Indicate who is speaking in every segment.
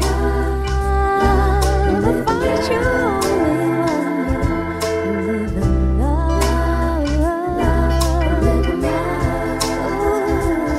Speaker 1: Love, find you only one. Live in love, live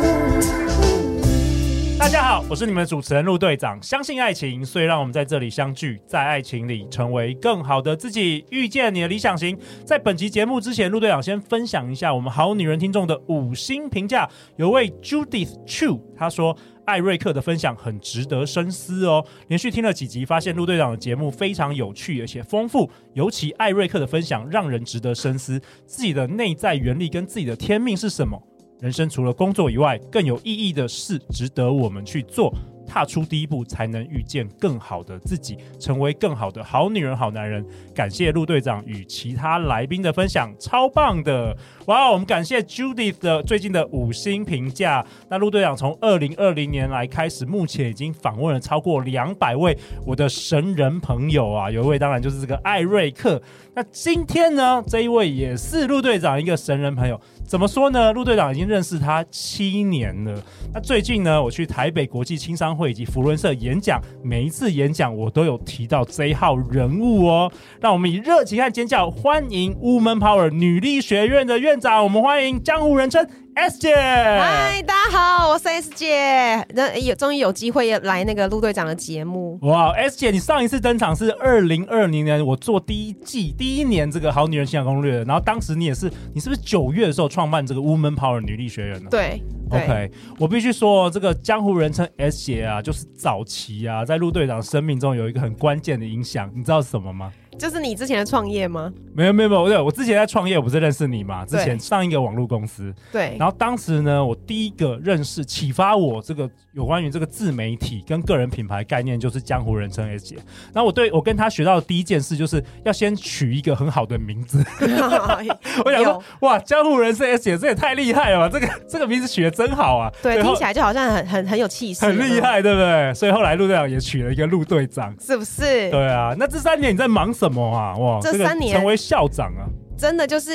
Speaker 1: in love.
Speaker 2: 大家好，我是你们的主持人陆队长。相信爱情，所以让我们在这里相聚，在爱情里成为更好的自己，遇见你的理想型。在本集节目之前，陆队长先分享一下我们好女人听众的五星评价。有位 Judith Chu，她说。艾瑞克的分享很值得深思哦。连续听了几集，发现陆队长的节目非常有趣而且丰富，尤其艾瑞克的分享让人值得深思自己的内在原力跟自己的天命是什么。人生除了工作以外，更有意义的事值得我们去做。踏出第一步，才能遇见更好的自己，成为更好的好女人、好男人。感谢陆队长与其他来宾的分享，超棒的！哇，我们感谢 Judith 的最近的五星评价。那陆队长从二零二零年来开始，目前已经访问了超过两百位我的神人朋友啊，有一位当然就是这个艾瑞克。那今天呢，这一位也是陆队长一个神人朋友。怎么说呢？陆队长已经认识他七年了。那最近呢，我去台北国际青商会以及福伦社演讲，每一次演讲我都有提到这一号人物哦。让我们以热情和尖叫欢迎 Woman Power 女力学院的院长，我们欢迎江湖人称 S 姐。
Speaker 3: 嗨，大家好，我是 S 姐，那有终于有机会来那个陆队长的节目。
Speaker 2: 哇，S 姐，你上一次登场是二零二零年，我做第一季第一年这个《好女人情感攻略》的，然后当时你也是，你是不是九月的时候创办这个 Woman Power 女力学院呢？
Speaker 3: 对对
Speaker 2: OK，我必须说，这个江湖人称 S 姐啊，就是早期啊，在陆队长生命中有一个很关键的影响，你知道是什么吗？
Speaker 3: 就是你之前的创业吗？
Speaker 2: 没有没有没有，对我之前在创业，我不是认识你嘛？之
Speaker 3: 对
Speaker 2: 前上一个网络公司，
Speaker 3: 对，
Speaker 2: 然后当时呢，我第一个认识启发我这个有关于这个自媒体跟个人品牌概念，就是江湖人称 S 姐。然后我对我跟她学到的第一件事，就是要先取一个很好的名字。 我想说
Speaker 3: 有，
Speaker 2: 哇，江湖人称 S 姐，这也太厉害了吧！这个这个名字取得真好啊，
Speaker 3: 对，听
Speaker 2: 后
Speaker 3: 起来就好像很很很有气势，嗯
Speaker 2: 很厉，害，对不对？所以后来陆队长也取了一个陆队长。
Speaker 3: 是不是？
Speaker 2: 对啊，那这三年你在忙什么啊？哇，
Speaker 3: 这
Speaker 2: 个
Speaker 3: 三年
Speaker 2: 成为校长啊，
Speaker 3: 真的就是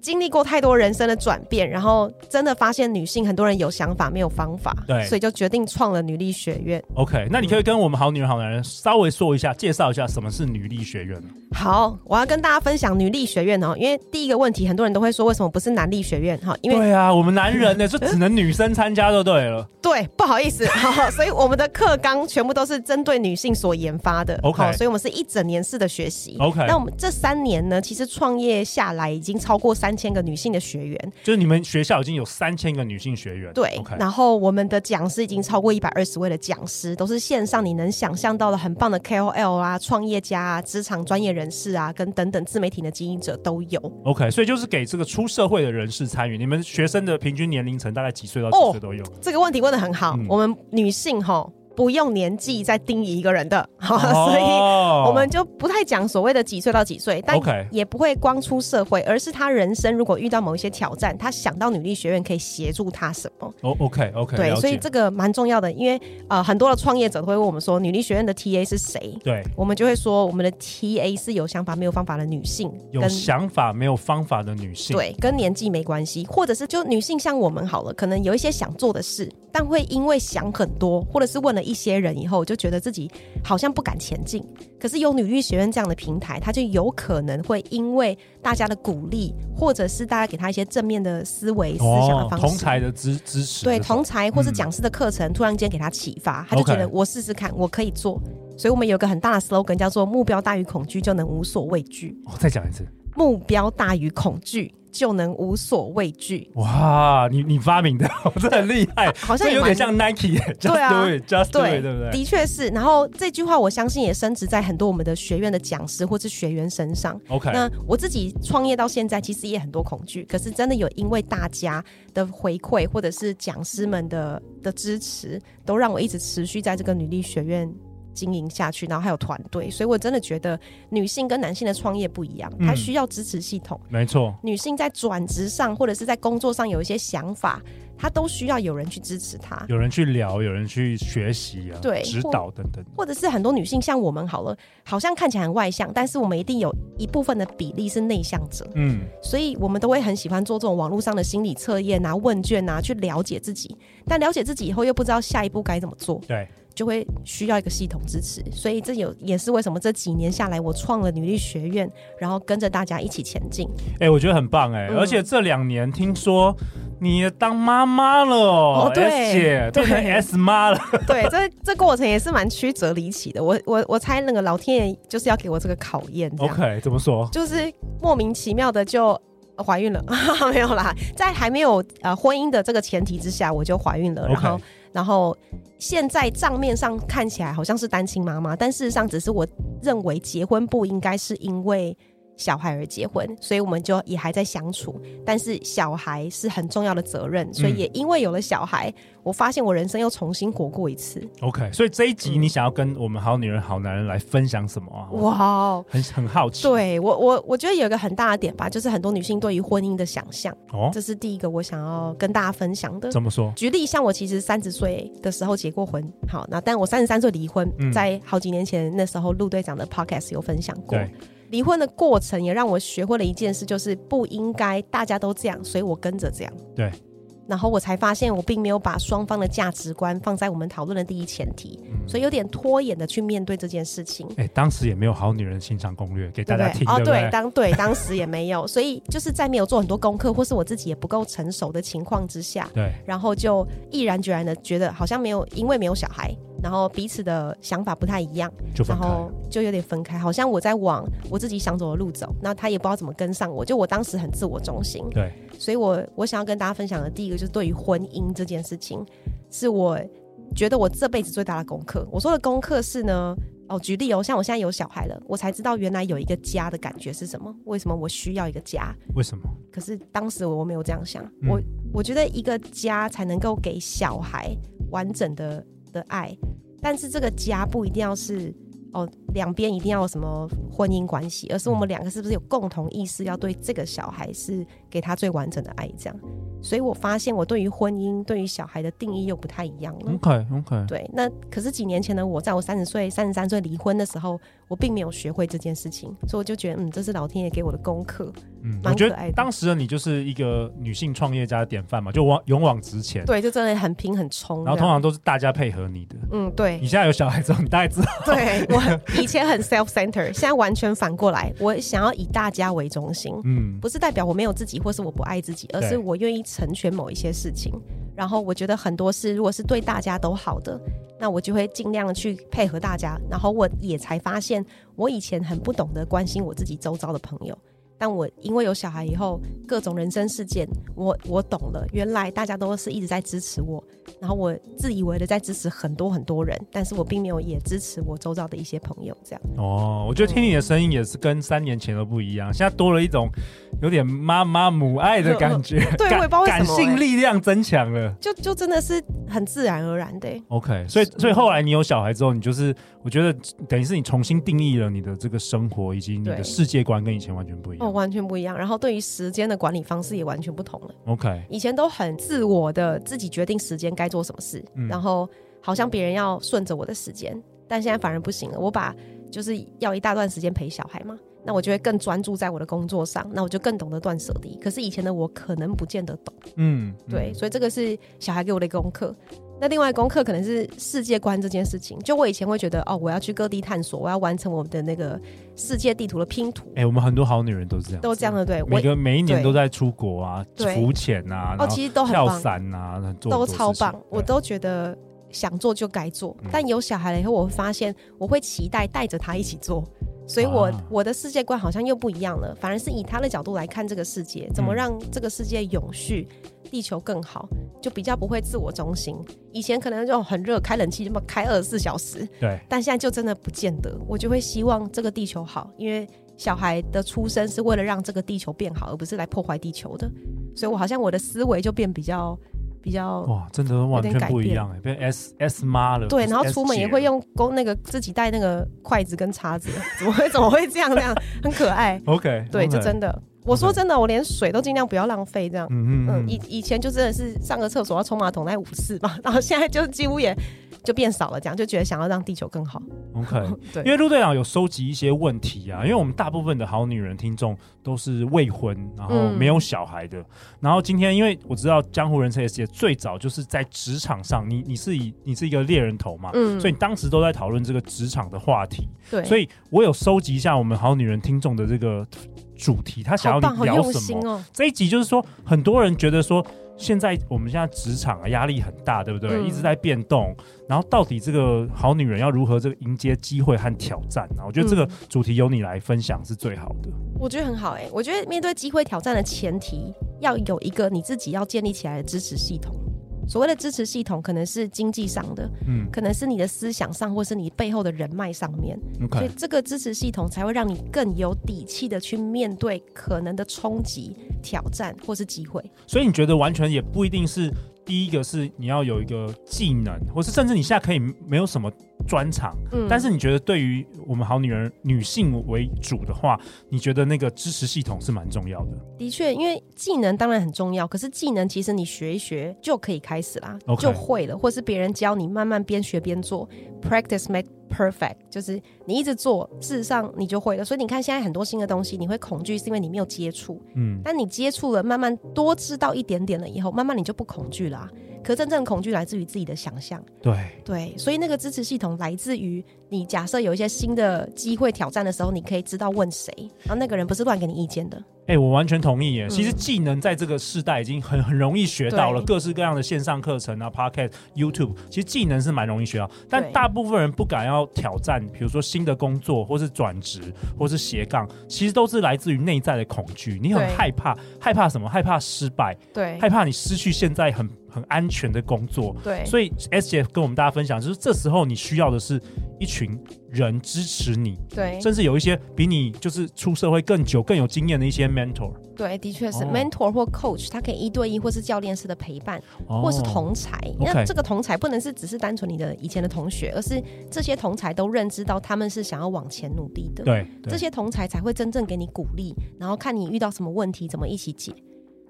Speaker 3: 经历过太多人生的转变，然后真的发现女性很多人有想法没有方法，
Speaker 2: 对
Speaker 3: 所以就决定创了女力学院。
Speaker 2: OK，那你
Speaker 3: 嗯
Speaker 2: 可以跟我们好女人好男人稍微说一下，介绍一下什么是女力学院吗
Speaker 3: 好，我要跟大家分享女力学院哦，因为第一个问题很多人都会说为什么不是男力学院哈？因为
Speaker 2: 对啊，我们男 人呢就只能女生参加就对了。
Speaker 3: 对，不好意思， 好，所以我们的课纲全部都是针对女性所研发的。
Speaker 2: OK
Speaker 3: 好，所以我们是一整年式的学习。
Speaker 2: OK
Speaker 3: 那我们这三年呢，其实创业下来已经超过三千个女性的学员，
Speaker 2: 就是你们学校已经有三千个女性学员，
Speaker 3: 对。
Speaker 2: ，OK，
Speaker 3: 然后我们的讲师已经超过一百二十位的讲师，都是线上你能想象到的很棒的 KOL 啊、创业家啊、职场专业人士啊，跟等等自媒体的经营者都有。
Speaker 2: OK，所以就是给这个出社会的人士参与。你们学生的平均年龄层大概几岁到几
Speaker 3: 哦
Speaker 2: 岁都有？
Speaker 3: 这个问题问的很好，
Speaker 2: 嗯
Speaker 3: 我们女性哈不用年纪再定义一个人的，好，
Speaker 2: 哦
Speaker 3: 所以。我们就不太讲所谓的几岁到几岁，但
Speaker 2: OK
Speaker 3: 也不会光出社会，而是他人生如果遇到某一些挑战，他想到女力学院可以协助他什么。
Speaker 2: 哦，OK OK，
Speaker 3: 对，
Speaker 2: 了
Speaker 3: 所以
Speaker 2: 解。
Speaker 3: 这个蛮重要的，因为呃，很多的创业者都会问我们说，女力学院的
Speaker 2: 嗯
Speaker 3: TA 是谁？
Speaker 2: 对，
Speaker 3: 我们就会说，我们的 TA 是有想法没有方法的女性，
Speaker 2: 有
Speaker 3: 跟
Speaker 2: 想法没有方法的女性，
Speaker 3: 对，跟年纪没关系，或者是就女性像我们好了，可能有一些想做的事，但会因为想很多，或者是问了一些人以后，就觉得自己好像不敢前进。可是有女力学院这样的平台，它就有可能会因为大家的鼓励，或者是大家给她一些正面的思维、思想的方
Speaker 2: 哦同
Speaker 3: 式。
Speaker 2: 才的支支持这
Speaker 3: 对
Speaker 2: 种，
Speaker 3: 同才或是
Speaker 2: 嗯
Speaker 3: 讲师的课程，突然间给她启发，她就觉
Speaker 2: OK
Speaker 3: 得我试试看，我可以做。所以我们有一个很大的 slogan 叫做“目标大于恐惧，就能无所畏惧”。
Speaker 2: 哦再讲一次，
Speaker 3: 目标大于恐惧，就能无所畏惧。
Speaker 2: 哇，你你发明的， 这很厉害，
Speaker 3: 好像
Speaker 2: 这
Speaker 3: 也
Speaker 2: 有
Speaker 3: 蛮
Speaker 2: 点像 Nike，
Speaker 3: 对啊
Speaker 2: j u s t do it，Just do
Speaker 3: 对
Speaker 2: it，对不对？
Speaker 3: 的确是。然后这句话我相信也升值在很多我们的学院的讲师或是学员身上。
Speaker 2: OK，
Speaker 3: 那我自己创业到现在，其实也很多恐惧，可是真的有因为大家的回馈或者是讲师们的的支持，都让我一直持续在这个女力学院。经营下去，然后还有团队，所以我真的觉得女性跟男性的创业不一样，
Speaker 2: 嗯
Speaker 3: 它需要支持系统。
Speaker 2: 没错，
Speaker 3: 女性在转职上或者是在工作上有一些想法，他都需要有人去支持他。
Speaker 2: 有人去聊，有人去学习啊，
Speaker 3: 对
Speaker 2: 指导等等。
Speaker 3: 或者是很多女性像我们好了，好像看起来很外向，但是我们一定有一部分的比例是内向者，
Speaker 2: 嗯，
Speaker 3: 所以我们都会很喜欢做这种网络上的心理测验啊、问卷啊，去了解自己。但了解自己以后又不知道下一步该怎么做，
Speaker 2: 对，
Speaker 3: 就会需要一个系统支持。所以这有也是为什么这几年下来，我创了女力学院，然后跟着大家一起前进。
Speaker 2: 哎、我觉得很棒哎、
Speaker 3: 嗯
Speaker 2: 而且这两年听说你也当妈妈了哦
Speaker 3: 哦对
Speaker 2: S 姐
Speaker 3: 对
Speaker 2: 变成 S 妈 了，
Speaker 3: 对，这这过程也是蛮曲折离奇的。我我我猜那个老天爷就是要给我这个考验，这样
Speaker 2: OK，怎么说？就是
Speaker 3: 就是莫名其妙的就呃怀孕了， 没有啦，在还没有呃婚姻的这个前提之下，我就怀孕了，然后
Speaker 2: OK
Speaker 3: 然后现在账面上看起来好像是单亲妈妈，但事实上只是我认为结婚不应该是因为。小孩而结婚，所以我们就也还在相处。但是小孩是很重要的责任，所以
Speaker 2: 嗯
Speaker 3: 也因为有了小孩，我发现我人生又重新活过一次。
Speaker 2: OK，所以这一集
Speaker 3: 嗯
Speaker 2: 你想要跟我们好女人、好男人来分享什么啊？我
Speaker 3: 哇哦！
Speaker 2: 很很好奇。
Speaker 3: 对我我我觉得有一个很大的点吧，就是很多女性对于婚姻的想象。
Speaker 2: 哦，
Speaker 3: 这是第一个我想要跟大家分享的。
Speaker 2: 怎么说？
Speaker 3: 举例，像我其实三十岁的时候结过婚，好，那但我三十三岁离婚，
Speaker 2: 嗯
Speaker 3: 在好几年前那时候陆队长的 podcast 有分享过
Speaker 2: 对，
Speaker 3: 离婚的过程也让我学会了一件事，就是不应该大家都这样，所以我跟着这样。
Speaker 2: 对，
Speaker 3: 然后我才发现我并没有把双方的价值观放在我们讨论的第一前提，
Speaker 2: 嗯
Speaker 3: 所以有点拖延的去面对这件事情。
Speaker 2: 哎、当时也没有好女人欣赏攻略给
Speaker 3: 对
Speaker 2: 大
Speaker 3: 不对
Speaker 2: 家听，
Speaker 3: 哦，
Speaker 2: 对不对？
Speaker 3: 当对当时也没有，所以就是在没有做很多功课，或是我自己也不够成熟的情况之下，
Speaker 2: 对
Speaker 3: 然后就毅然决然的觉得好像没有，因为没有小孩，然后彼此的想法不太一样，
Speaker 2: 就分
Speaker 3: 然
Speaker 2: 开
Speaker 3: 后
Speaker 2: 了。
Speaker 3: 就有点分开，好像我在往我自己想走的路走，那他也不知道怎么跟上我，就我当时很自我中心，
Speaker 2: 对，
Speaker 3: 所以我我想要跟大家分享的第一个就是对于婚姻这件事情，是我觉得我这辈子最大的功课。我说的功课是呢，哦，举例哦，像我现在有小孩了，我才知道原来有一个家的感觉是什么，为什么我需要一个家。
Speaker 2: 为什么？
Speaker 3: 可是当时我没有这样想，
Speaker 2: 嗯
Speaker 3: 我我觉得一个家才能够给小孩完整的的爱，但是这个家不一定要是哦两边一定要有什么婚姻关系，而是我们两个是不是有共同意识要对这个小孩是给他最完整的爱这样。所以我发现我对于婚姻、对于小孩的定义又不太一样了。
Speaker 2: OK OK，
Speaker 3: 对，那可是几年前的我，在我三十岁、三十三岁离婚的时候，我并没有学会这件事情，所以我就觉得，嗯，这是老天爷给我的功课。
Speaker 2: 嗯，
Speaker 3: 蛮
Speaker 2: 我觉
Speaker 3: 可爱
Speaker 2: 得
Speaker 3: 的
Speaker 2: 当时的你就是一个女性创业家的典范嘛，就往勇往直前。
Speaker 3: 对，就真的很拼很冲。
Speaker 2: 然后通常都是大家配合你的。
Speaker 3: 嗯，
Speaker 2: 你
Speaker 3: 对
Speaker 2: 现在有小孩之后，你大概知道，
Speaker 3: 对，我以前很 self center，现在完全反过来，我想要以大家为中心，
Speaker 2: 嗯，
Speaker 3: 不是代表我没有自己或是我不爱自己，而是我愿意成全某一些事情。然后我觉得很多事如果是对大家都好的，那我就会尽量去配合大家。然后我也才发现，我以前很不懂得关心我自己周遭的朋友。但我因为有小孩以后，各种人生事件，我我懂了，原来大家都是一直在支持我，然后我自以为的在支持很多很多人，但是我并没有也支持我周遭的一些朋友，这样
Speaker 2: 哦，我觉得听你的声音也是跟三年前的不一样，现在多了一种有点妈妈母爱的感觉，
Speaker 3: 对
Speaker 2: 感
Speaker 3: 我也不知道为什
Speaker 2: 感
Speaker 3: 么欸
Speaker 2: 性力量增强了。
Speaker 3: 就就真的是很自然而然的欸、
Speaker 2: OK，所以所以后来你有小孩之后，你就是我觉得等于是你重新定义了你的这个生活以及你的
Speaker 3: 对
Speaker 2: 世界观跟以前完全不一
Speaker 3: 哦，
Speaker 2: 样。
Speaker 3: 完全不一样。然后对于时间的管理方式也完全不同了。
Speaker 2: OK，
Speaker 3: 以前都很自我的，自己决定时间该做什么事，
Speaker 2: 嗯
Speaker 3: 然后好像别人要顺着我的时间，但现在反而不行了。我把就是要一大段时间陪小孩嘛，那我就会更专注在我的工作上，那我就更懂得断舍离。可是以前的我可能不见得懂，
Speaker 2: 嗯，
Speaker 3: 对，所以这个是小孩给我的一个功课。那另外功课可能是世界观这件事情，就我以前会觉得哦，我要去各地探索，我要完成我们的那个世界地图的拼图
Speaker 2: 哎、，我们很多好女人都是这样，
Speaker 3: 都这样的对。我
Speaker 2: 每个每一年
Speaker 3: 对
Speaker 2: 都在出国啊，
Speaker 3: 对
Speaker 2: 浮潜啊，
Speaker 3: 哦，
Speaker 2: 然后
Speaker 3: 其实都很
Speaker 2: 跳
Speaker 3: 棒，
Speaker 2: 伞啊，做
Speaker 3: 都
Speaker 2: 很多
Speaker 3: 超
Speaker 2: 事情
Speaker 3: 棒，我
Speaker 2: 对
Speaker 3: 都觉得想做就该做。
Speaker 2: 嗯
Speaker 3: 但有小孩了以后，我会发现我会期待带着他一起做，所以我、
Speaker 2: 啊
Speaker 3: 我的世界观好像又不一样了，反而是以他的角度来看这个世界，
Speaker 2: 嗯
Speaker 3: 怎么让这个世界永续。地球更好，就比较不会自我中心。以前可能就很热，开冷气这么开二十四小时，
Speaker 2: 对
Speaker 3: 但现在就真的不见得。我就会希望这个地球好，因为小孩的出生是为了让这个地球变好，而不是来破坏地球的。所以我好像我的思维就变比较比较
Speaker 2: 哇，真的完
Speaker 3: 点
Speaker 2: 全
Speaker 3: 改
Speaker 2: 不一
Speaker 3: 变
Speaker 2: 样哎、变 S S 妈了，哦
Speaker 3: 对，
Speaker 2: 不是
Speaker 3: 然后
Speaker 2: S
Speaker 3: 出门也
Speaker 2: 姐
Speaker 3: 会
Speaker 2: 了。
Speaker 3: 用勾那个自己 带那个筷子跟叉子，怎么会怎么会这样这样，很可爱。
Speaker 2: OK，
Speaker 3: 对，就真的。我说真的，我连水都尽量不要浪费，这样。
Speaker 2: 嗯
Speaker 3: 嗯，以以前就真的是上个厕所要冲马桶那五次吧， 然后现在就几乎也就变少了，这样就觉得想要让地球更好。
Speaker 2: OK，
Speaker 3: 对
Speaker 2: 因为陆队长有收集一些问题啊，因为我们大部分的好女人听众都是未婚，然后
Speaker 3: 嗯
Speaker 2: 没有小孩的。然后今天，因为我知道江湖人称也是最早就是在职场上，你你是以你是一个猎人头嘛，
Speaker 3: 嗯
Speaker 2: 所以你当时都在讨论这个职场的话题。
Speaker 3: 对，
Speaker 2: 所
Speaker 3: 以
Speaker 2: 以我有收集一下我们好女人听众的这个主题，她想要
Speaker 3: 好棒，
Speaker 2: 你
Speaker 3: 好
Speaker 2: 聊
Speaker 3: 用
Speaker 2: 什
Speaker 3: 心
Speaker 2: 么？
Speaker 3: 哦。
Speaker 2: 这一集就是说，很多人觉得说，现在我们现在职场啊压力很大，对不对？
Speaker 3: 嗯
Speaker 2: 一直在变动，然后到底这个好女人要如何这个迎接机会和挑战啊？我觉得这个
Speaker 3: 嗯
Speaker 2: 主题由你来分享是最好的。
Speaker 3: 我觉得很好哎、我觉得面对机会挑战的前提，要有一个你自己要建立起来的支持系统。所谓的支持系统，可能是经济上的，
Speaker 2: 嗯
Speaker 3: 可能是你的思想上，或是你背后的人脉上面。所以
Speaker 2: ，OK，
Speaker 3: 这个支持系统才会让你更有底气的去面对可能的冲击、挑战或是机会。
Speaker 2: 所以你觉得完全也不一定是第一个是你要有一个技能，或是甚至你现在可以没有什么专长，
Speaker 3: 嗯
Speaker 2: 但是你觉得对于我们好女人女性为主的话，你觉得那个支持系统是蛮重要的。
Speaker 3: 的确，因为技能当然很重要，可是技能其实你学一学就可以开始啦
Speaker 2: OK
Speaker 3: 就会了，或是别人教你，慢慢边学边做，practice make perfect，就是你一直做，事实上你就会了。所以你看，现在很多新的东西，你会恐惧是因为你没有接触，
Speaker 2: 嗯，
Speaker 3: 但你接触了，慢慢多知道一点点了以后，慢慢你就不恐惧啦、可真正恐惧来自于自己的想象，
Speaker 2: 对。
Speaker 3: 对，所以那个支持系统来自于你假设有一些新的机会挑战的时候，你可以知道问谁，然后那个人不是乱给你意见的。
Speaker 2: 哎、我完全同意耶。其实技能在这个世代已经很很容易学到了，
Speaker 3: 嗯对
Speaker 2: 各式各样的线上课程啊、podcast、YouTube，其实技能是蛮容易学到，但
Speaker 3: 对
Speaker 2: 大部分人不敢要挑战，比如说新的工作，或是转职，或是斜杠，其实都是来自于内在的恐惧。你很
Speaker 3: 对
Speaker 2: 害怕，害怕什么？害怕失败，
Speaker 3: 对
Speaker 2: 害怕你失去现在很很安全的工作。
Speaker 3: 对
Speaker 2: 所以 S 姐跟我们大家分享，就是这时候你需要的是一群人支持你，
Speaker 3: 对
Speaker 2: 甚至有一些比你就是出社会更久、更有经验的一些 mentor。
Speaker 3: 对，的确是、
Speaker 2: 哦
Speaker 3: mentor 或 coach，他可以一对一或是教练式的陪伴，或是同才。
Speaker 2: 哦 OK
Speaker 3: 那这个同才不能是只是单纯你的以前的同学，而是这些同才都认知到他们是想要往前努力的。，
Speaker 2: 对
Speaker 3: 这
Speaker 2: 对
Speaker 3: 些同才才会真正给你鼓励，然后看你遇到什么问题怎么一起解。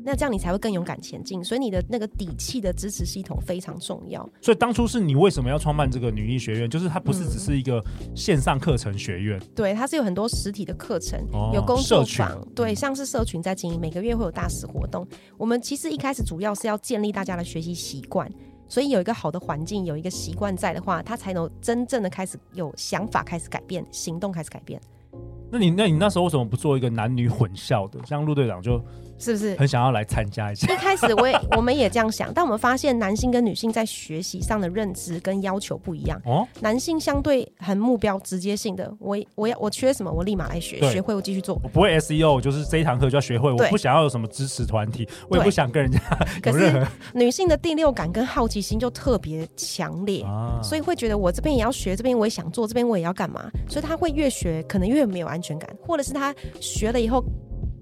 Speaker 3: 那这样你才会更勇敢前进，所以你的那个底气的支持系统非常重要。
Speaker 2: 所以当初是你为什么要创办这个女力学院？就是它不是
Speaker 3: 嗯
Speaker 2: 只是一个线上课程学院，
Speaker 3: 对，它是有很多实体的课程，
Speaker 2: 哦
Speaker 3: 有工作
Speaker 2: 社
Speaker 3: 坊，对，像是社群在经营，每个月会有大使活动。我们其实一开始主要是要建立大家的学习习惯，所以有一个好的环境，有一个习惯在的话，他才能真正的开始有想法，开始改变，行动开始改变，
Speaker 2: 那你那你那时候为什么不做一个男女混校的？像陆队长就是
Speaker 3: 不是？
Speaker 2: 很想要来参加一下。
Speaker 3: 一开始我也 我们也这样想，但我们发现男性跟女性在学习上的认知跟要求不一样。
Speaker 2: 哦，
Speaker 3: 男性相对很目标直接性的，我我要我缺什么，我立马来学，
Speaker 2: 对
Speaker 3: 学会我继续做。
Speaker 2: 我不会 SEO，就是这一堂课就要学会。我
Speaker 3: 对
Speaker 2: 不想要有什么支持团体，我也
Speaker 3: 对
Speaker 2: 不想跟人家
Speaker 3: 可
Speaker 2: 有
Speaker 3: 是
Speaker 2: 任何
Speaker 3: 女性的第六感跟好奇心就特别强烈。
Speaker 2: 啊
Speaker 3: 所以会觉得我这边也要学，这边我也想做，这边我也要干嘛，所以他会越学可能越没有安全感，或者是他学了以后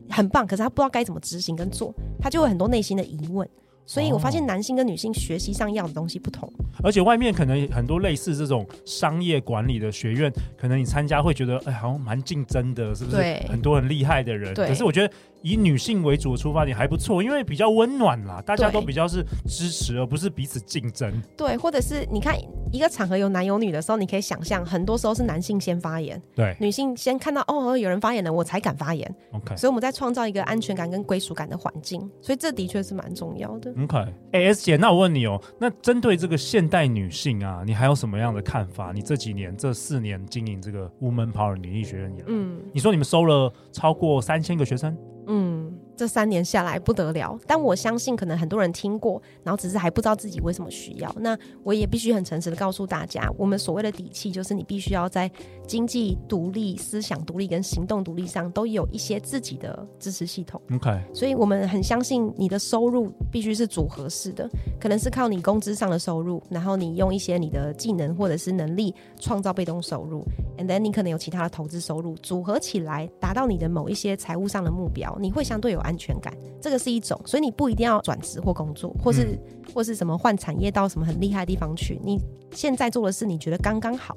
Speaker 3: 很棒，可是他不知道该怎么执行跟做，他就有很多内心的疑问。所以我发现男性跟女性学习上要的东西不同，
Speaker 2: 而且外面可能很多类似这种商业管理的学院，可能你参加会觉得，哎，好像蛮竞争的，是不是？
Speaker 3: 对
Speaker 2: 很多很厉害的人。
Speaker 3: 对
Speaker 2: 可是我觉得以女性为主的出发点还不错，因为比较温暖啦，大家
Speaker 3: 对
Speaker 2: 都比较是支持，而不是彼此竞争。
Speaker 3: 对，或者是你看一个场合有男有女的时候，你可以想象，很多时候是男性先发言，
Speaker 2: 对
Speaker 3: 女性先看到哦有人发言了，我才敢发言，
Speaker 2: ，OK。
Speaker 3: 所以我们在创造一个安全感跟归属感的环境，所以这的确是蛮重要的。
Speaker 2: OK，哎、s 姐，那我问你哦，那针对这个现代女性啊，你还有什么样的看法？你这几年这四年经营这个 Woman Power 女力学院以来，
Speaker 3: 嗯。
Speaker 2: 你说你们收了超过三千个学生，
Speaker 3: 嗯，这三年下来不得了，但我相信可能很多人听过，然后只是还不知道自己为什么需要。那我也必须很诚实的告诉大家，我们所谓的底气，就是你必须要在经济独立、思想独立跟行动独立上都有一些自己的支持系统。
Speaker 2: OK，
Speaker 3: 所以我们很相信你的收入必须是组合式的，可能是靠你工资上的收入，然后你用一些你的技能或者是能力创造被动收入，and then 你可能有其他的投资收入，组合起来达到你的某一些财务上的目标，你会相对有安全感。这个是一种，所以你不一定要转职或工作，或是、或是什么换产业到什么很厉害的地方去，你现在做的事你觉得刚刚好，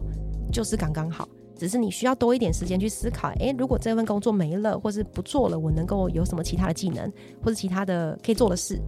Speaker 3: 就是刚刚好。只是你需要多一点时间去思考，诶，如果这份工作没了，或是不做了，我能够有什么其他的技能，或是其他的可以做的事？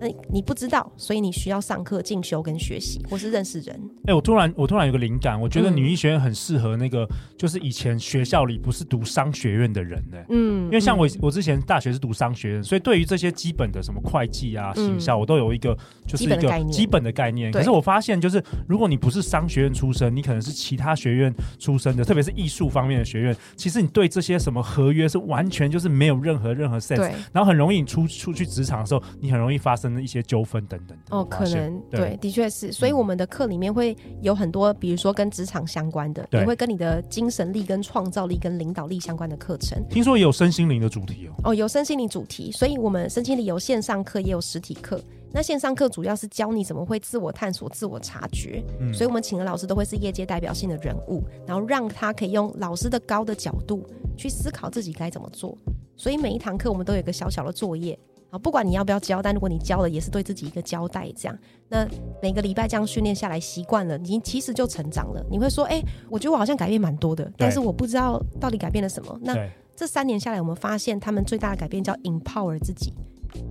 Speaker 3: 那你不知道，所以你需要上课进修跟学习，或是认识人。
Speaker 2: 哎、我突然我突然有个灵感，我觉得
Speaker 3: 嗯
Speaker 2: 女医学院很适合那个，就是以前学校里不是读商学院的人呢、
Speaker 3: 嗯，
Speaker 2: 因为像我以，我之前大学是读商学院，所以对于这些基本的什么会计啊、
Speaker 3: 嗯
Speaker 2: 行销，我都有一个就是一
Speaker 3: 基本的
Speaker 2: 个
Speaker 3: 概念
Speaker 2: 基本的概念。
Speaker 3: 对
Speaker 2: 可是我发现，就是如果你不是商学院出身，你可能是其他学院出身的，特别是艺术方面的学院，其实你对这些什么合约是完全就是没有任何任何 sense。
Speaker 3: 对。
Speaker 2: 然后很容易你出出去职场的时候，你很容易发生一些纠纷等等的。
Speaker 3: 哦，
Speaker 2: 我发
Speaker 3: 可
Speaker 2: 现嗯
Speaker 3: 能对，的确是，所以我们的课里面会有很多，比如说跟职场相关的，
Speaker 2: 对
Speaker 3: 也会跟你的精神力、跟创造力、跟领导力相关的课程。
Speaker 2: 听说也有身心灵的主题哦。
Speaker 3: 哦，有身心灵主题，所以我们身心灵有线上课，也有实体课。那线上课主要是教你怎么会自我探索、自我察觉，
Speaker 2: 嗯
Speaker 3: 所以我们请的老师都会是业界代表性的人物，然后让他可以用老师的高的角度去思考自己该怎么做。所以每一堂课我们都有一个小小的作业啊，不管你要不要教，但如果你教了，也是对自己一个交代。这样，那每个礼拜这样训练下来，习惯了，你其实就成长了。你会说，哎、我觉得我好像改变蛮多的，但是我不知道到底改变了什么。那
Speaker 2: 对，
Speaker 3: 这三年下来，我们发现他们最大的改变叫 empower 自己，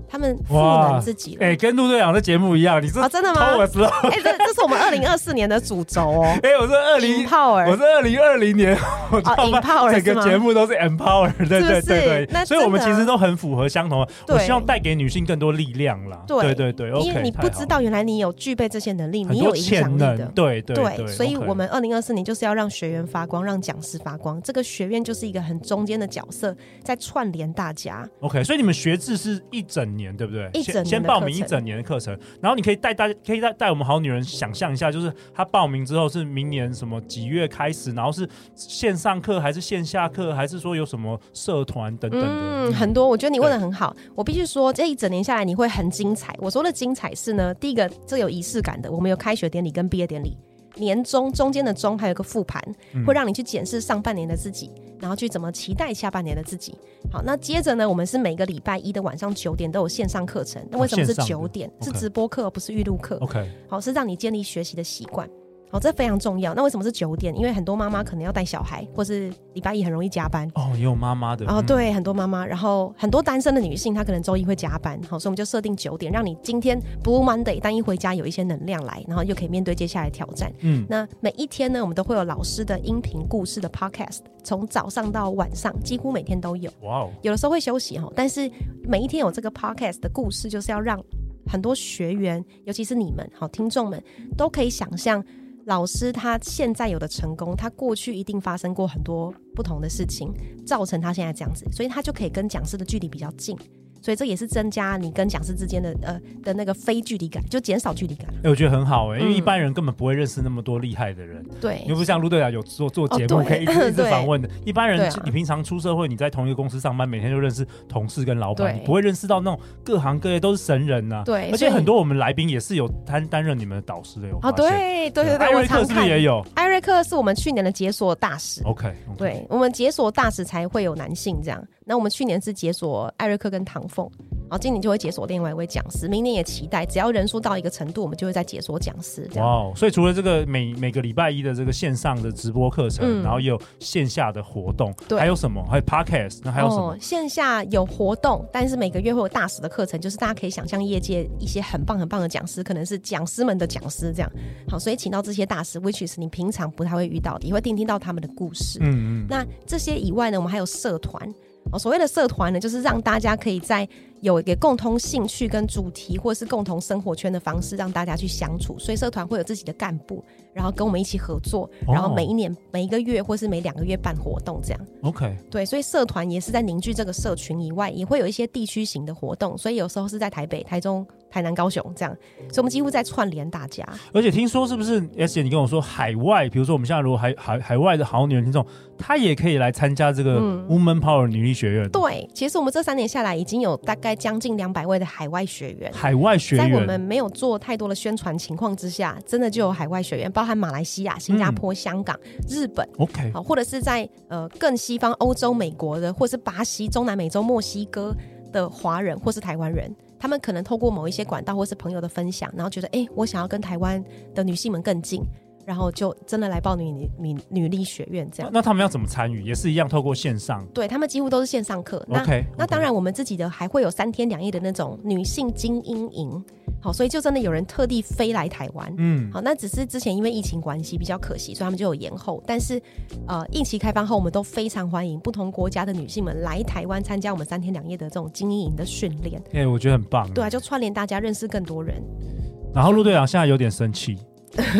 Speaker 3: 他们赋
Speaker 2: 哇
Speaker 3: 能自己了。
Speaker 2: 哎、跟陆队长的节目一样，你这
Speaker 3: 啊，真的
Speaker 2: 偷我
Speaker 3: 吗？
Speaker 2: 知道。。
Speaker 3: 哎、这这是我们二零二四年的主轴哦
Speaker 2: 哎、我是 二零
Speaker 3: empower，哦
Speaker 2: 我是二零二零年，我知道吗
Speaker 3: empower
Speaker 2: 整个
Speaker 3: 是吗
Speaker 2: 节目都是 empower，对
Speaker 3: 是
Speaker 2: 对
Speaker 3: 不是
Speaker 2: 对对，
Speaker 3: 那
Speaker 2: 所以我们
Speaker 3: 真
Speaker 2: 其
Speaker 3: 的啊
Speaker 2: 实都很符合相同的。
Speaker 3: 对
Speaker 2: 我希望带给女性更多力量啦。
Speaker 3: 对
Speaker 2: 对对
Speaker 3: 因为
Speaker 2: ，OK，
Speaker 3: 你不知道原来你有具备这些能力，
Speaker 2: 太好了
Speaker 3: 你
Speaker 2: 很
Speaker 3: 有
Speaker 2: 多
Speaker 3: 影响力
Speaker 2: 潜能
Speaker 3: 的，。
Speaker 2: 对对
Speaker 3: 所以
Speaker 2: OK
Speaker 3: 我们二零二四年就是要让学员发光，让讲师发光。这个学院就是一个很中间的角色，在串联大家。
Speaker 2: OK，所以你们学制是一整年，对不对？
Speaker 3: 一整年
Speaker 2: 先
Speaker 3: 的
Speaker 2: 先报名
Speaker 3: 课
Speaker 2: 一
Speaker 3: 程
Speaker 2: 整年的课程，然后你可以带大家，可以带带我们好女人想象一下，就是她报名之后是明年什么几月开始，然后是线上课还是线下课，还是说有什么社团等等的？
Speaker 3: 嗯，很多，我觉得你问的很好。我必须说，这一整年下来你会很精彩。我说的精彩是呢，第一个这有仪式感的，我们有开学典礼跟毕业典礼，年终中间的中还有个复盘，
Speaker 2: 嗯
Speaker 3: 会让你去检视上半年的自己，然后去怎么期待下半年的自己。好，那接着呢，我们是每个礼拜一的晚上九点都有线上课程。那为什么是
Speaker 2: 哦线上的
Speaker 3: 九点？是
Speaker 2: OK
Speaker 3: 直播课，不是预录课。
Speaker 2: OK，
Speaker 3: 好，是让你建立学习的习惯。好，这非常重要。那为什么是九点？因为很多妈妈可能要带小孩，或是礼拜一很容易加班。
Speaker 2: 哦，也有妈妈的
Speaker 3: 哦，
Speaker 2: 嗯
Speaker 3: 对，很多妈妈，然后很多单身的女性，她可能周一会加班，好，所以我们就设定九点，让你今天 Blue Monday 但一回家有一些能量来，然后又可以面对接下来的挑战。
Speaker 2: 嗯
Speaker 3: 那每一天呢，我们都会有老师的音频故事的 Podcast，从早上到晚上，几乎每天都有，
Speaker 2: 哇哦，
Speaker 3: 有的时候会休息哈，但是每一天有这个 Podcast 的故事，就是要让很多学员，尤其是你们好听众们，都可以想象。老师他现在有的成功，他过去一定发生过很多不同的事情，造成他现在这样子，所以他就可以跟讲师的距离比较近，所以这也是增加你跟讲师之间的呃的那个非距离感，就减少距离感。
Speaker 2: 哎、我觉得很好哎、因为
Speaker 3: 嗯
Speaker 2: 一般人根本不会认识那么多厉害的人，
Speaker 3: 对
Speaker 2: 又不像陆队长有做做节目、
Speaker 3: 哎哦对
Speaker 2: 可以一直一直
Speaker 3: 对
Speaker 2: 访问的。一般人、
Speaker 3: 对啊
Speaker 2: 你平常出社会，你在同一个公司上班，每天就认识同事跟老板，
Speaker 3: 对
Speaker 2: 你不会认识到那种各行各业都是神人呐、
Speaker 3: 对
Speaker 2: 而
Speaker 3: 所
Speaker 2: 且
Speaker 3: 以
Speaker 2: 很多我们来宾也是有担担任你们的导师的，有
Speaker 3: 哦，
Speaker 2: 发现。
Speaker 3: 对对对
Speaker 2: 艾
Speaker 3: 对，我
Speaker 2: 瑞克
Speaker 3: 常
Speaker 2: 是不是
Speaker 3: 看
Speaker 2: 也有
Speaker 3: 艾瑞克是我们去年的解锁大使。
Speaker 2: ？OK，, o k
Speaker 3: 对我们解锁大使才会有男性这样。那我们去年是解锁艾瑞克跟唐凤，然后今年就会解锁另外一位讲师，明年也期待，只要人数到一个程度，我们就会再解锁讲师这
Speaker 2: 哇
Speaker 3: 样。
Speaker 2: 哦！所以除了这个每每个礼拜一的这个线上的直播课程，
Speaker 3: 嗯
Speaker 2: 然后也有线下的活动，
Speaker 3: 对哦
Speaker 2: 还有什么？还有 podcast，那还有什么？，
Speaker 3: 线下有活动，但是每个月会有大使的课程，就是大家可以想象业界一些很棒很棒的讲师，可能是讲师们的讲师这样。好，所以请到这些大师，which is 你平常不太会遇到的，也会听听到他们的故事。
Speaker 2: 嗯嗯，
Speaker 3: 那这些以外呢，我们还有社团。哦，所谓的社团呢，就是让大家可以在有一个共通兴趣跟主题，或者是共同生活圈的方式，让大家去相处。所以社团会有自己的干部，然后跟我们一起合作，
Speaker 2: 哦
Speaker 3: 然后每一年、每一个月或是每两个月办活动这样。
Speaker 2: OK，
Speaker 3: 对，所以社团也是在凝聚这个社群以外，也会有一些地区型的活动。所以有时候是在台北、台中、台南、高雄这样，所以我们几乎在串联大家。
Speaker 2: 而且听说是不是 S 姐，你跟我说海外，比如说我们现在如果海海海外的好女人听众，她也可以来参加这个 Woman Power 女力学院，
Speaker 3: 嗯对，其实我们这三年下来，已经有大概将近两百位的海外学员。
Speaker 2: 海外学
Speaker 3: 在我
Speaker 2: 员
Speaker 3: 们嗯没有做太多的宣传情况之下，真的就有海外学员，包含马来西亚、新加坡、香港、日本，
Speaker 2: ，OK，
Speaker 3: 好，或者是在呃更西方欧洲、美国的，或是巴西、中南美洲、墨西哥的华人或是台湾人。他们可能透过某一些管道或是朋友的分享，然后觉得，哎、我想要跟台湾的女性们更近，然后就真的来报女女女女力学院这样。
Speaker 2: 那他们要怎么参与？也是一样透过线上。
Speaker 3: 对他们几乎都是线上课。那
Speaker 2: OK，
Speaker 3: 嗯那当然，我们自己的还会有三天两夜的那种女性精英营，好，所以就真的有人特地飞来台湾。
Speaker 2: 嗯，
Speaker 3: 好，那只是之前因为疫情关系比较可惜，所以他们就有延后。但是，呃，疫情开放后，我们都非常欢迎不同国家的女性们来台湾参加我们三天两夜的这种精英营的训练。
Speaker 2: 哎、我觉得很棒。
Speaker 3: 对啊，就串联大家认识更多人。
Speaker 2: 然后陆队长现在有点生气，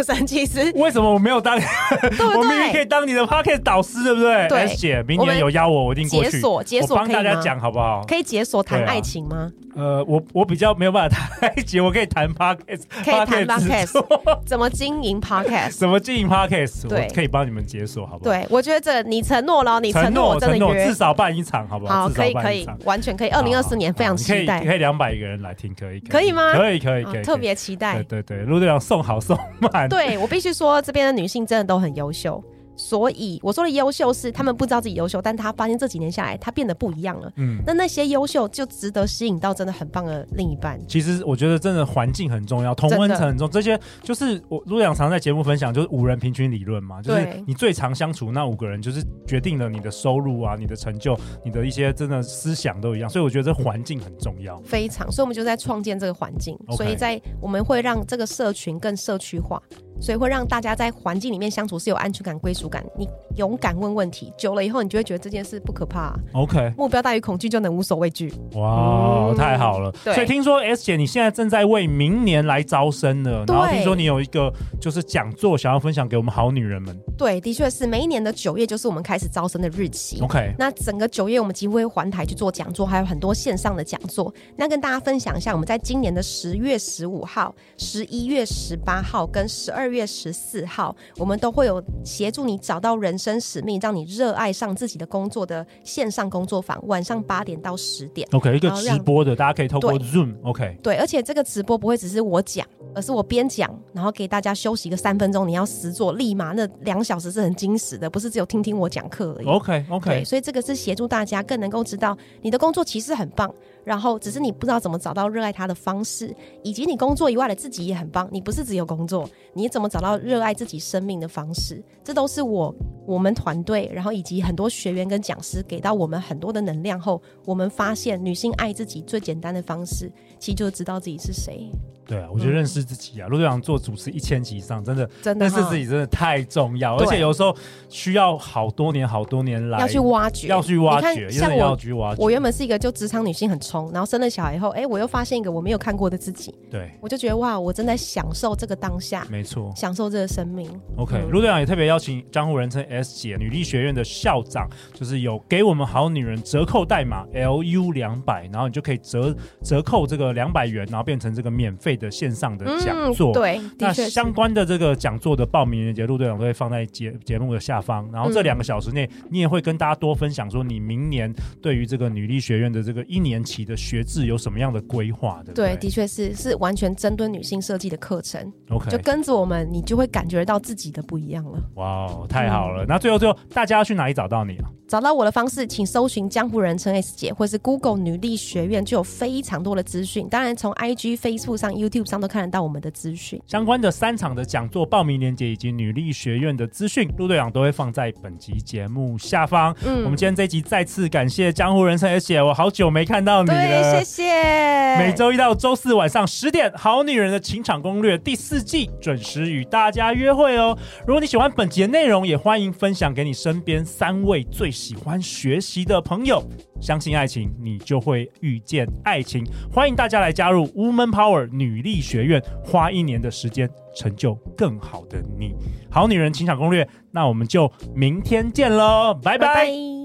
Speaker 3: 三其实
Speaker 2: 为什么我没有当？
Speaker 3: 对
Speaker 2: 我
Speaker 3: 不
Speaker 2: 明明可以
Speaker 3: 对？
Speaker 2: 当你的 p o c k e t 导师，对不对？
Speaker 3: 对
Speaker 2: S 姐，明
Speaker 3: 我
Speaker 2: 年
Speaker 3: 们
Speaker 2: 有邀我，我一定过
Speaker 3: 解
Speaker 2: 去。
Speaker 3: 锁解
Speaker 2: 我
Speaker 3: 锁
Speaker 2: 帮
Speaker 3: 可以
Speaker 2: 大家
Speaker 3: 吗？
Speaker 2: 讲好不好？
Speaker 3: 可以解锁谈
Speaker 2: 对啊
Speaker 3: 爱情吗？
Speaker 2: 呃，我我比较没有办法谈 爱情，我可以谈 podcast，
Speaker 3: 可以谈
Speaker 2: podcast 制作
Speaker 3: 怎么经 营 podcast？
Speaker 2: 什么经营 podcast，
Speaker 3: 对
Speaker 2: 我可以帮你们解锁，好不好？，
Speaker 3: 对，我觉得这你承诺了，你承
Speaker 2: 承
Speaker 3: 诺我
Speaker 2: 诺
Speaker 3: 真的
Speaker 2: 承诺，
Speaker 3: 约
Speaker 2: 至。少办一场，好不好？
Speaker 3: 好，
Speaker 2: 至
Speaker 3: 可
Speaker 2: 少
Speaker 3: 以可
Speaker 2: 办一
Speaker 3: 以
Speaker 2: 场。，
Speaker 3: 完全可以。二零二四年非常
Speaker 2: 好
Speaker 3: 期
Speaker 2: 你
Speaker 3: 待
Speaker 2: 可以，可以两百个人来听，可以
Speaker 3: 可以吗
Speaker 2: 可以可以
Speaker 3: 啊
Speaker 2: 可以，
Speaker 3: 特
Speaker 2: 可以。
Speaker 3: 别期待
Speaker 2: 对。对对，陆队长送好送满，
Speaker 3: 对我必须说，这边的女性真的都很优秀。所以我说的优秀是她们不知道自己优秀，但她发现这几年下来，她变得不一样了。
Speaker 2: 嗯。
Speaker 3: 那那些优秀就值得吸引到真的很棒的另一半。
Speaker 2: 其实我觉得真的环境很重要，同温层很重要。这些就是我陆阳常在节目分享，就是五人平均理论嘛，就是
Speaker 3: 对
Speaker 2: 你最常相处那五个人，就是决定了你的收入啊、你的成就、你的一些真的思想都一样。所以我觉得这环境很重要。
Speaker 3: 非常，所以我们就在创建这个环境
Speaker 2: OK
Speaker 3: 所以在我们会让这个社群更社区化，所以会让大家在环境里面相处是有安全感、归属感。你勇敢问问题，久了以后，你就会觉得这件事不可怕啊、
Speaker 2: OK，
Speaker 3: 目标大于恐惧就能无所畏惧。
Speaker 2: 哇，
Speaker 3: 嗯
Speaker 2: 太好了！
Speaker 3: 对
Speaker 2: 所以听说 S 姐你现在正在为明年来招生了，然后
Speaker 3: 对
Speaker 2: 听说你有一个就是讲座想要分享给我们好女人们。
Speaker 3: 对，的确是每一年的九月就是我们开始招生的日期。
Speaker 2: OK，
Speaker 3: 那整个九月，我们几乎会环台去做讲座，还有很多线上的讲座。那跟大家分享一下，我们在今年的十月十五号、十一月十八号跟十二月十四号，我们都会有协助你找到人生使命，让你热爱上自己的工作的线上工作坊，晚上八点到十点。
Speaker 2: OK，一个
Speaker 3: 然后
Speaker 2: 直
Speaker 3: 让
Speaker 2: 播的，大家可以透过
Speaker 3: 对
Speaker 2: Zoom。OK，
Speaker 3: 对，而且这个直播不会只是我讲，而是我边讲，然后给大家休息个三分钟，你要实做，立马那两小时是很精实的，不是只有听听我讲课而已。
Speaker 2: OK，OK，、
Speaker 3: 对，所以这个是协助大家更能够知道你的工作其实很棒，然后只是你不知道怎么找到热爱它的方式，以及你工作以外的自己也很棒。你不是只有工作，你怎么找到热爱自己生命的方式？这都是我我们团队，然后以及很多学员跟讲师给到我们很多的能量后，我们发现女性爱自己最简单的方式，其实就是知道自己是谁。
Speaker 2: 对啊，我觉得认识自己啊，陆队长做主持一千集以上，真的
Speaker 3: 嗯真的
Speaker 2: 认识
Speaker 3: 哈
Speaker 2: 自己真的太重要，而
Speaker 3: 对
Speaker 2: 且有时候需要好多年、好多年来
Speaker 3: 要去挖掘，
Speaker 2: 要去挖
Speaker 3: 你
Speaker 2: 掘，
Speaker 3: 看
Speaker 2: 真的
Speaker 3: 像
Speaker 2: 要
Speaker 3: 我。
Speaker 2: 去挖掘。
Speaker 3: 我原本是一个就职场女性很冲，然后生了小孩以后，哎，我又发现一个我没有看过的自己，
Speaker 2: 对，
Speaker 3: 我就觉得哇，我正在享受这个当下，
Speaker 2: 没错。
Speaker 3: 享受这个生命。
Speaker 2: OK，
Speaker 3: 嗯
Speaker 2: 陆队长也特别邀请江湖人称 S 姐女力学院的校长，就是有给我们好女人折扣代码 LU 两百，然后你就可以折折扣这个两百元，然后变成这个免费的线上的讲座。
Speaker 3: 嗯对，
Speaker 2: 那
Speaker 3: 的确是
Speaker 2: 相。关的这个讲座的报名链接，陆队长都会放在节节目的下方。然后这
Speaker 3: 嗯
Speaker 2: 两个小时内，你也会跟大家多分享说，你明年对于这个女力学院的这个一年期的学制有什么样的规划，对不
Speaker 3: 对，
Speaker 2: 对？
Speaker 3: 的确是是完全针对女性设计的课程，
Speaker 2: o k
Speaker 3: 就跟着我们，你就会感觉到自己的不一样了。
Speaker 2: 哇哦，太好了！那最后最后，大家要去哪里找到你啊？
Speaker 3: 找到我的方式，请搜寻“江湖人称 S 姐”或是 Google 女力学院，就有非常多的资讯。当然，从 IG、Facebook 上、YouTube 上都看得到我们的资讯。
Speaker 2: 相关的三场的讲座报名链接以及女力学院的资讯，陆队长都会放在本集节目下方。
Speaker 3: 嗯
Speaker 2: 我们今天这一集再次感谢江湖人生 S 姐，我好久没看到你了。
Speaker 3: 对，谢谢。
Speaker 2: 每周一到周四晚上十点，《好女人的情场攻略》第四季准时与大家约会哦。如果你喜欢本集的内容，也欢迎分享给你身边三位最喜欢学习的朋友。相信爱情，你就会遇见爱情。欢迎大家来加入 Woman Power 女力学院，花一年的时间成就更好的你。《好女人情场攻略》，那我们就明天见喽，拜拜
Speaker 3: 拜